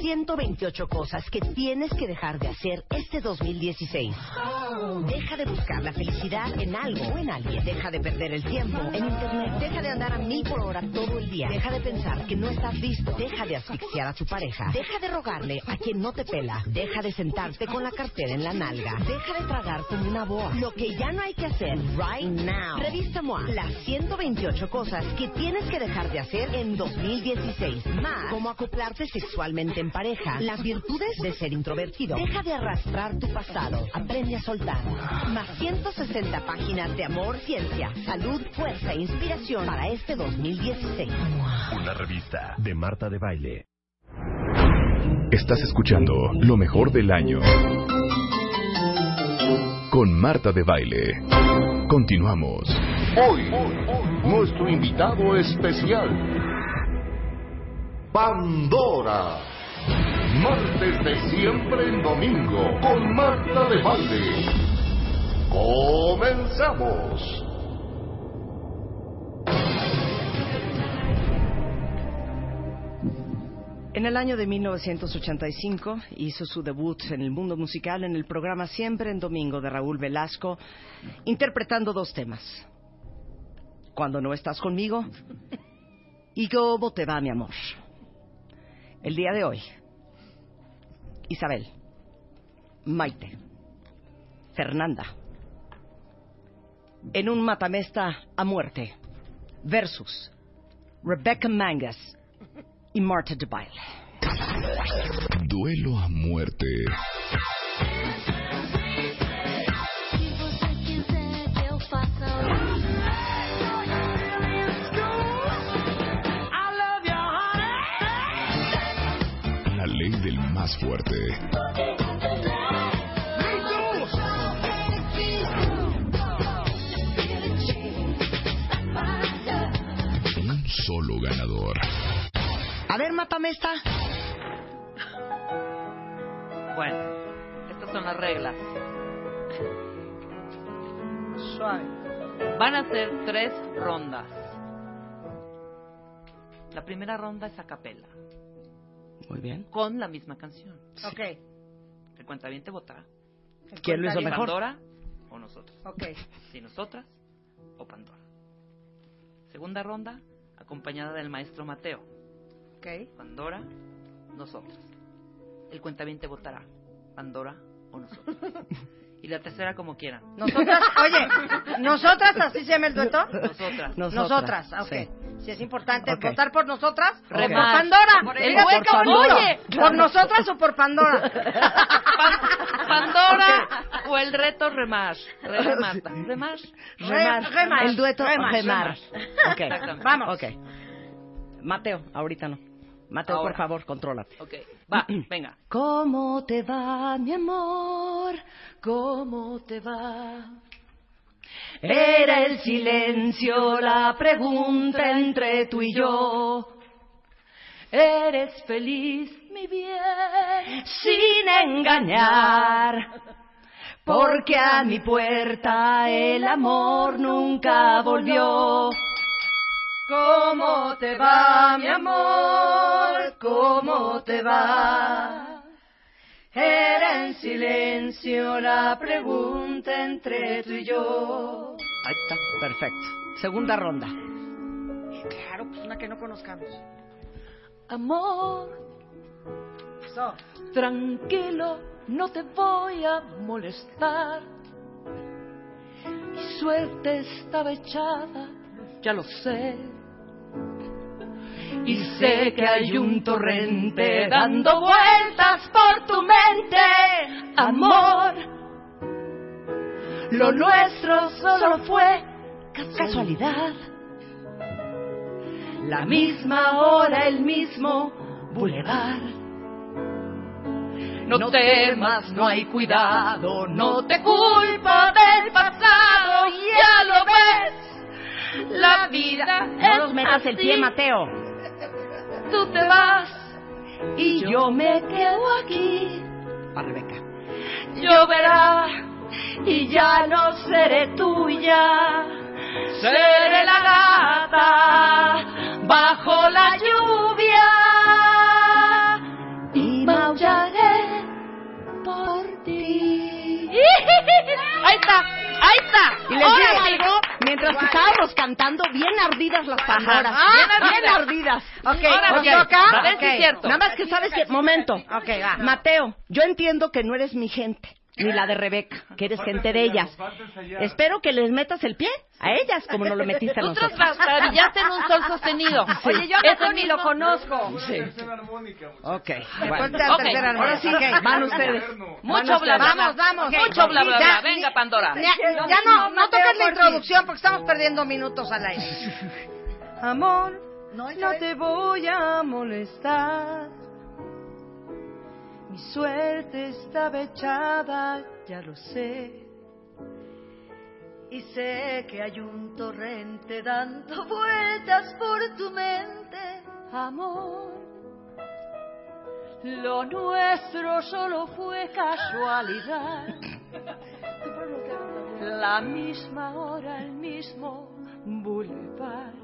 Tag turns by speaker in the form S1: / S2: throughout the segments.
S1: 128 cosas que tienes que dejar de hacer este 2016. Deja de buscar la felicidad en algo o en alguien. Deja de perder el tiempo en internet. Deja de andar a mil por hora todo el día. Deja de pensar que no estás listo. Deja de asfixiar a tu pareja. Deja de rogarle a quien no te pela. Deja de sentarte con la cartera en la nalga. Deja de tragar como una boa. Lo que ya no hay que hacer right now. Revista MOA. Las 128 cosas que tienes que dejar de hacer en 2016. Más cómo acoplarte sexualmente en pareja. Las virtudes de ser introvertido. Deja de arrastrar tu pasado. Aprende a soltar. Más 160 páginas de amor, ciencia, salud, fuerza e inspiración para este 2016.
S2: Una revista de Marta de Baile. Estás escuchando lo mejor del año. Con Marta de Baile. Continuamos.
S3: Hoy, nuestro invitado especial, Pandora. Martes de siempre en domingo, con Marta de Valle. Comenzamos.
S4: En el año de 1985 hizo su debut en el mundo musical en el programa Siempre en Domingo de Raúl Velasco, interpretando dos temas. Cuando no estás conmigo y cómo te va mi amor. El día de hoy, Isabel, Maite, Fernanda, en un matamesta a muerte, versus Rebecca Mangas y Marta de Baile.
S2: Duelo a muerte. La ley del más fuerte. Un solo ganador.
S4: A ver, mátame esta. Bueno,
S5: Estas son las reglas. Van a ser tres rondas. La primera ronda es a capela,
S4: muy bien.
S5: con la misma canción.
S6: Ok,
S5: El cuentaviente votará.
S4: ¿Quién lo hizo
S5: ¿Y
S4: mejor?
S5: Pandora o nosotros?
S6: ok.
S5: Si nosotras o Pandora. Segunda ronda, acompañada del maestro Mateo.
S6: Ok,
S5: Pandora, nosotras. El cuentaviente votará. Pandora o nosotros. Y la tercera como quieran.
S6: Nosotras, oye, nosotras, así se llama el dueto.
S5: Nosotras.
S6: Nosotras, ok.
S4: sí.
S6: Si es importante
S4: Ok.
S6: votar por nosotras, o por
S5: Remar.
S6: Pandora.
S5: Por el
S6: Diga,
S5: güey,
S6: por
S5: cabrón,
S6: Pandora.
S5: oye.
S6: ¿Por nosotras o por Pandora?
S5: Pan- Pandora o el reto Remash. Reto Marta. Remash.
S4: Remar,
S6: Re- remar,
S4: el dueto
S6: remar,
S4: remar. Ok.
S5: Exactamente.
S6: Vamos.
S4: Ok. Mateo, ahorita no. Mateo,
S5: Ahora.
S4: por favor, contrólate.
S5: Ok, va, venga.
S4: ¿Cómo te va, mi amor? ¿Cómo te va? Era el silencio la pregunta entre tú y yo. Eres feliz, mi bien, sin engañar. Porque a mi puerta el amor nunca volvió. ¿Cómo te va, mi amor? ¿Cómo te va? Era en silencio la pregunta entre tú y yo. Ahí está, perfecto. Segunda ronda.
S6: Claro, pues una que no conozcamos.
S5: Amor,
S6: So,
S5: tranquilo, no te voy a molestar. Mi suerte estaba echada, ya lo sé.
S4: Y sé que hay un torrente dando vueltas por tu mente, amor. Lo nuestro solo fue casualidad. La misma hora, el mismo bulevar. No temas, no hay cuidado, no te culpa del pasado, ya lo ves. La vida
S6: no nos metas el pie, Mateo.
S4: tú te vas
S7: y yo me quedo aquí.
S8: Para Rebeca.
S7: Lloverá y ya no seré tuya. Seré la gata bajo la lluvia y maullaré por ti. Ahí está, ahí está.
S4: Y les
S7: Ahora
S4: digo
S7: sí.
S4: algo, mientras que estábamos cantando, bien ardidas las pandoras.
S7: Ah,
S4: bien ardidas.
S5: Ok,
S7: Ahora
S5: ¿nos
S7: sí.
S5: toca?
S7: A ver si es
S5: Ok.
S7: cierto.
S4: Nada más que sabes que, momento,
S5: Ok, va.
S4: Mateo, yo entiendo que no eres mi gente, ni la de Rebeca, que eres gente de ellas. Espero que les metas el pie a ellas, como no lo metiste a
S7: Tú
S4: nosotros.
S7: traspabillaste en un sol sostenido.
S5: Oye, yo a
S7: Eso
S5: Mateo ni lo
S7: mismo-
S5: conozco.
S8: Ok.
S5: Después
S8: bueno.
S5: de la
S7: Ok.
S5: tercera
S8: Ahora sí,
S5: hermana.
S8: ok, van ustedes.
S7: Mucho bla, bla, bla.
S5: Vamos, vamos.
S7: Mucho bla, bla, bla.
S5: Ya,
S7: Venga, Pandora.
S5: Ya, ya no, no toques la introducción porque estamos perdiendo minutos al aire. Amor, no, te voy a molestar. Mi suerte está echada, ya lo sé. Y sé que hay un torrente dando vueltas por tu mente, amor. Lo nuestro solo fue casualidad. La misma hora, el mismo boulevard.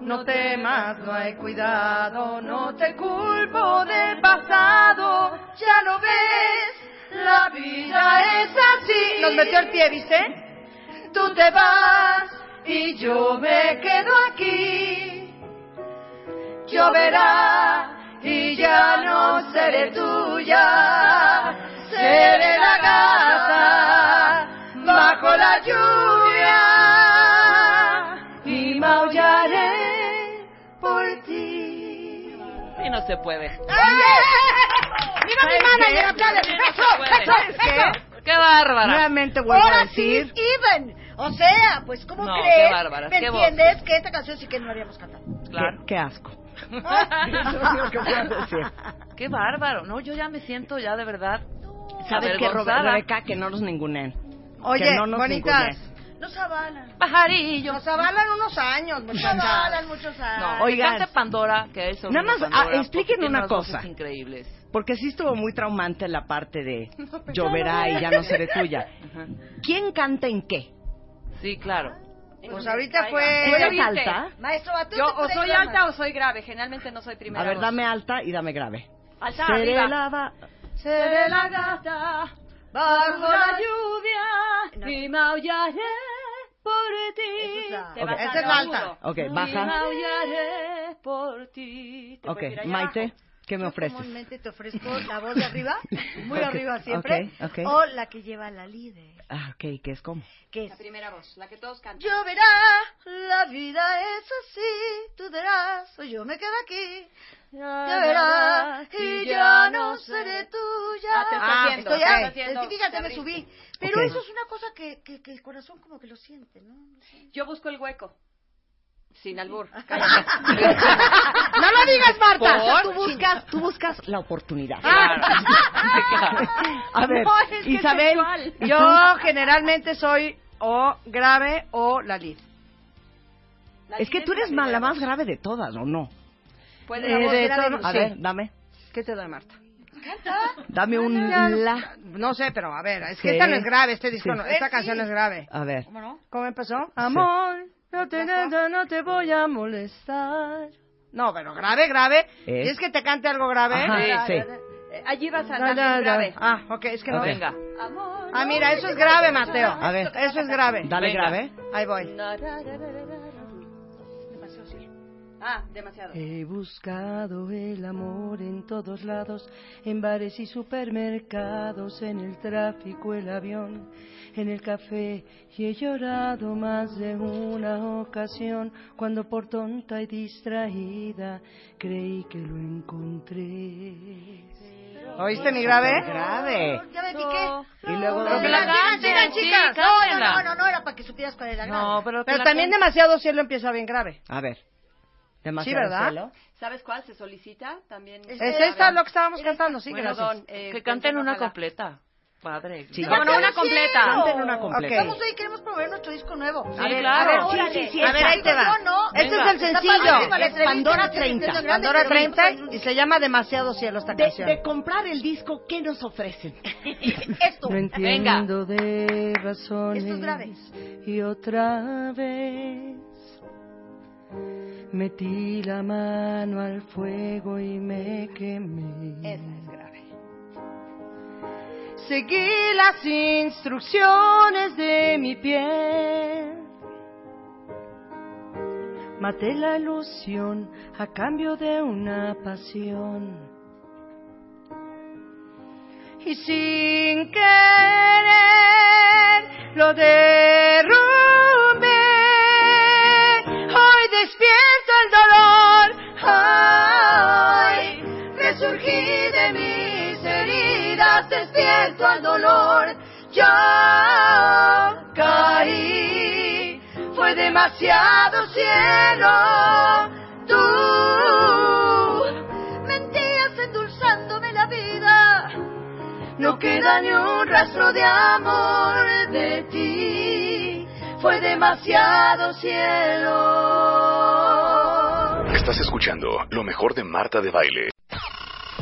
S5: No temas, no hay cuidado, no te culpo del pasado. Ya lo ves, la vida es así. Nos metió el pie, ¿viste? Tú te vas y yo me quedo aquí. Lloverá y ya no seré tuya. Seré la gata bajo la lluvia y maullaré por ti.
S7: Y no se puede.
S5: ¡Mira
S7: mi manager, aplaude. Eso, eso, ¡Qué bárbara!
S5: Nuevamente vuelvo
S6: Ahora
S5: a decir.
S6: sí, even. O sea, pues, ¿cómo
S7: No,
S6: crees?
S7: qué bárbaras,
S6: ¿Me
S7: qué voz.
S6: entiendes? Que esta canción sí que no la habíamos cantado.
S7: Claro.
S8: Qué, qué asco.
S7: ¡Qué bárbaro! No, yo ya me siento ya de verdad.
S8: ¿Sabes qué, Robe-
S7: avergonzada.
S8: Rebeca? Que no nos ningunen.
S5: Oye,
S8: que no nos
S5: bonitas.
S8: ninguneen.
S6: Nos avalan.
S7: Pajarillo.
S6: Nos avalan unos años,
S5: Nos
S6: nos
S5: avalan
S6: avalan muchos años.
S7: No,
S8: Oigan.
S7: oigan. Pandora, que eso.
S8: Nada más, ah, expliquen una cosa.
S7: increíbles.
S8: Porque sí estuvo muy traumante la parte de lloverá y ya no seré tuya.
S7: Ajá.
S8: ¿Quién canta en qué?
S7: Sí, claro.
S5: Pues ahorita
S8: ¿Tú
S5: fue.
S8: eres alta?
S6: Maestro Batú.
S5: Yo o soy alta o soy grave. Generalmente no soy primera.
S8: A ver,
S5: voz.
S8: dame alta y dame grave.
S5: Alta,
S8: Seré
S5: arriba.
S8: la va-
S5: Seré la gata bajo la lluvia y maullaré por ti.
S6: Esa es la-
S5: Te vas
S8: Ok.
S5: al
S6: Esa es la alta.
S5: agudo.
S8: Ok,
S5: Y
S8: baja.
S5: maullaré por ti. Te
S8: Ok,
S5: puedes ir allá
S8: Maite,
S5: abajo.
S8: ¿qué me
S6: Yo
S8: ofreces?
S6: comúnmente te ofrezco la voz de arriba, muy
S8: Ok,
S6: arriba siempre,
S8: ok, ok.
S6: o la que lleva la líder,
S8: Ah, ok, ¿qué es cómo?
S6: que es
S5: La primera voz, la que todos cantan.
S6: Lloverá, la vida es así, tú dirás, o yo me quedo aquí. Lloverá, y ya no seré tuya.
S5: Ah, te está haciendo,
S6: estoy
S5: te está
S6: ahí.
S5: haciendo,
S6: Es que fíjate,
S5: te
S6: me
S5: abriste.
S6: subí. Pero
S8: Ok.
S6: eso es una cosa que, que, que el corazón como que lo siente, ¿no?
S5: Yo busco el hueco. Sin albur.
S8: ¡No lo digas, Marta!
S7: ¿Por?
S8: O sea, tú, buscas, tú buscas la oportunidad.
S5: Ah,
S7: Claro.
S8: Ah, A ver,
S5: No, es que es
S8: Isabel,
S5: sexual.
S8: ¿y
S6: Yo generalmente soy o grave o la lid.
S8: tú? Es que tú eres ma- la más grave de todas, ¿o no?
S5: Puede
S8: Eh, de
S5: ser
S8: todo- A ver, dame.
S6: ¿Qué te da, Marta?
S8: Dame un la.
S6: No sé, pero a ver, es
S8: Sí.
S6: que esta no es grave, este disco
S8: Sí.
S6: no- esta canción no es grave.
S8: A ver.
S5: Eh, ¿Cómo no?
S6: ¿Cómo empezó? Amor, no te, no, no te voy a molestar. No, pero grave, grave.
S8: ¿Eh?
S6: ¿Quieres que te cante algo grave?
S8: Ajá, sí.
S5: Eh, Allí vas a
S6: No, no,
S5: la
S6: no.
S5: grave.
S6: Ah, ok, es que no.
S8: Ok.
S7: Venga.
S5: Amor.
S6: Ah, mira, eso es grave, Mateo.
S8: A ver.
S6: Eso es grave.
S8: Dale
S7: Venga.
S8: grave.
S6: Ahí voy.
S5: Demasiado, sí. Ah, demasiado.
S6: He buscado el amor en todos lados, en bares y supermercados, en el tráfico, el avión, en el café, y he llorado más de una ocasión cuando por tonta y distraída creí que lo encontré. ¿Oíste mi grave?
S8: Grave.
S6: Ya me piqué.
S8: Y luego
S6: Pero
S8: dame
S7: la
S8: la.
S6: sigan, sigan,
S7: canten,
S6: chicas.
S7: sí,
S6: No,
S7: cántenla.
S6: no, no, no, era para que supieras cuál era grave.
S7: No, pero, que
S6: Pero
S7: la
S6: también
S7: can-
S6: demasiado cielo empieza bien grave.
S8: A ver. Demasiado
S6: ¿verdad?
S8: celo.
S5: ¿Sabes cuál se solicita? También.
S6: Es esta lo que estábamos cantando, sí,
S5: Bueno,
S6: gracias.
S5: don, eh,
S7: que canten
S5: Pensión
S7: una
S5: Ojalá.
S7: completa. padre.
S8: Sí,
S7: Claro.
S8: ya-
S5: Bueno, una completa.
S8: Canten una completa.
S5: Vamos hoy queremos promover nuestro disco nuevo.
S7: Sí, claro.
S5: a ver,
S4: sí, sí,
S5: a ver,
S4: esta.
S5: ahí te
S4: No,
S5: va.
S4: no,
S7: venga.
S5: Este es el
S4: Está
S5: sencillo.
S4: padrísima la
S5: Es
S4: entrevista,
S5: Pandora
S4: que es el
S5: 30.
S4: grande,
S5: Pandora
S4: pero no
S5: 30
S4: es-
S5: y se llama Demasiado Cielo esta
S4: De,
S5: canción.
S4: de comprar el disco, ¿qué nos ofrecen? Esto.
S6: No entiendo de razones
S5: Esto es grave.
S6: y otra vez metí la mano al fuego y me quemé.
S5: Esa es grave.
S6: Seguí las instrucciones de mi piel. Maté la ilusión a cambio de una pasión. Y sin querer lo derrumbé. Hoy despierto el dolor. Ay, resurgí de mis heridas, despierto al dolor. Yo caí, fue demasiado cielo. Tú mentías endulzándome la vida. No queda ni un rastro de amor de ti. Fue demasiado cielo.
S2: Estás escuchando lo mejor de Marta de Baile.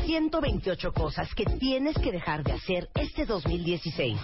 S4: 128 cosas que tienes que dejar de hacer este 2016.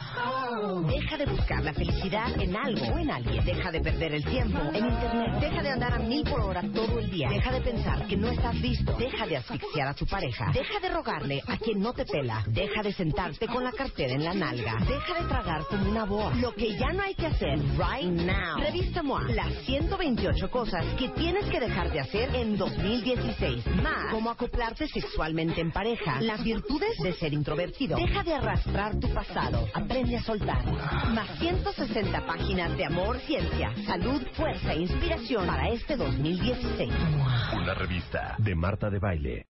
S4: Deja de buscar la felicidad en algo o en alguien. Deja de perder el tiempo en internet. Deja de andar a mil por hora todo el día. Deja de pensar que no estás listo. Deja de asfixiar a tu pareja. Deja de rogarle a quien no te pela. Deja de sentarte con la cartera en la nalga. Deja de tragar como una boa. Lo que ya no hay que hacer right now. Revista MOA. Las 128 cosas que tienes que dejar de hacer en 2016. Más cómo acoplarte sexualmente en pareja. Las virtudes de ser introvertido. Deja de arrastrar tu pasado. Aprende a soltar. Más 160 páginas de amor, ciencia, salud, fuerza e inspiración para este 2016.
S2: Una revista de Marta de Baile.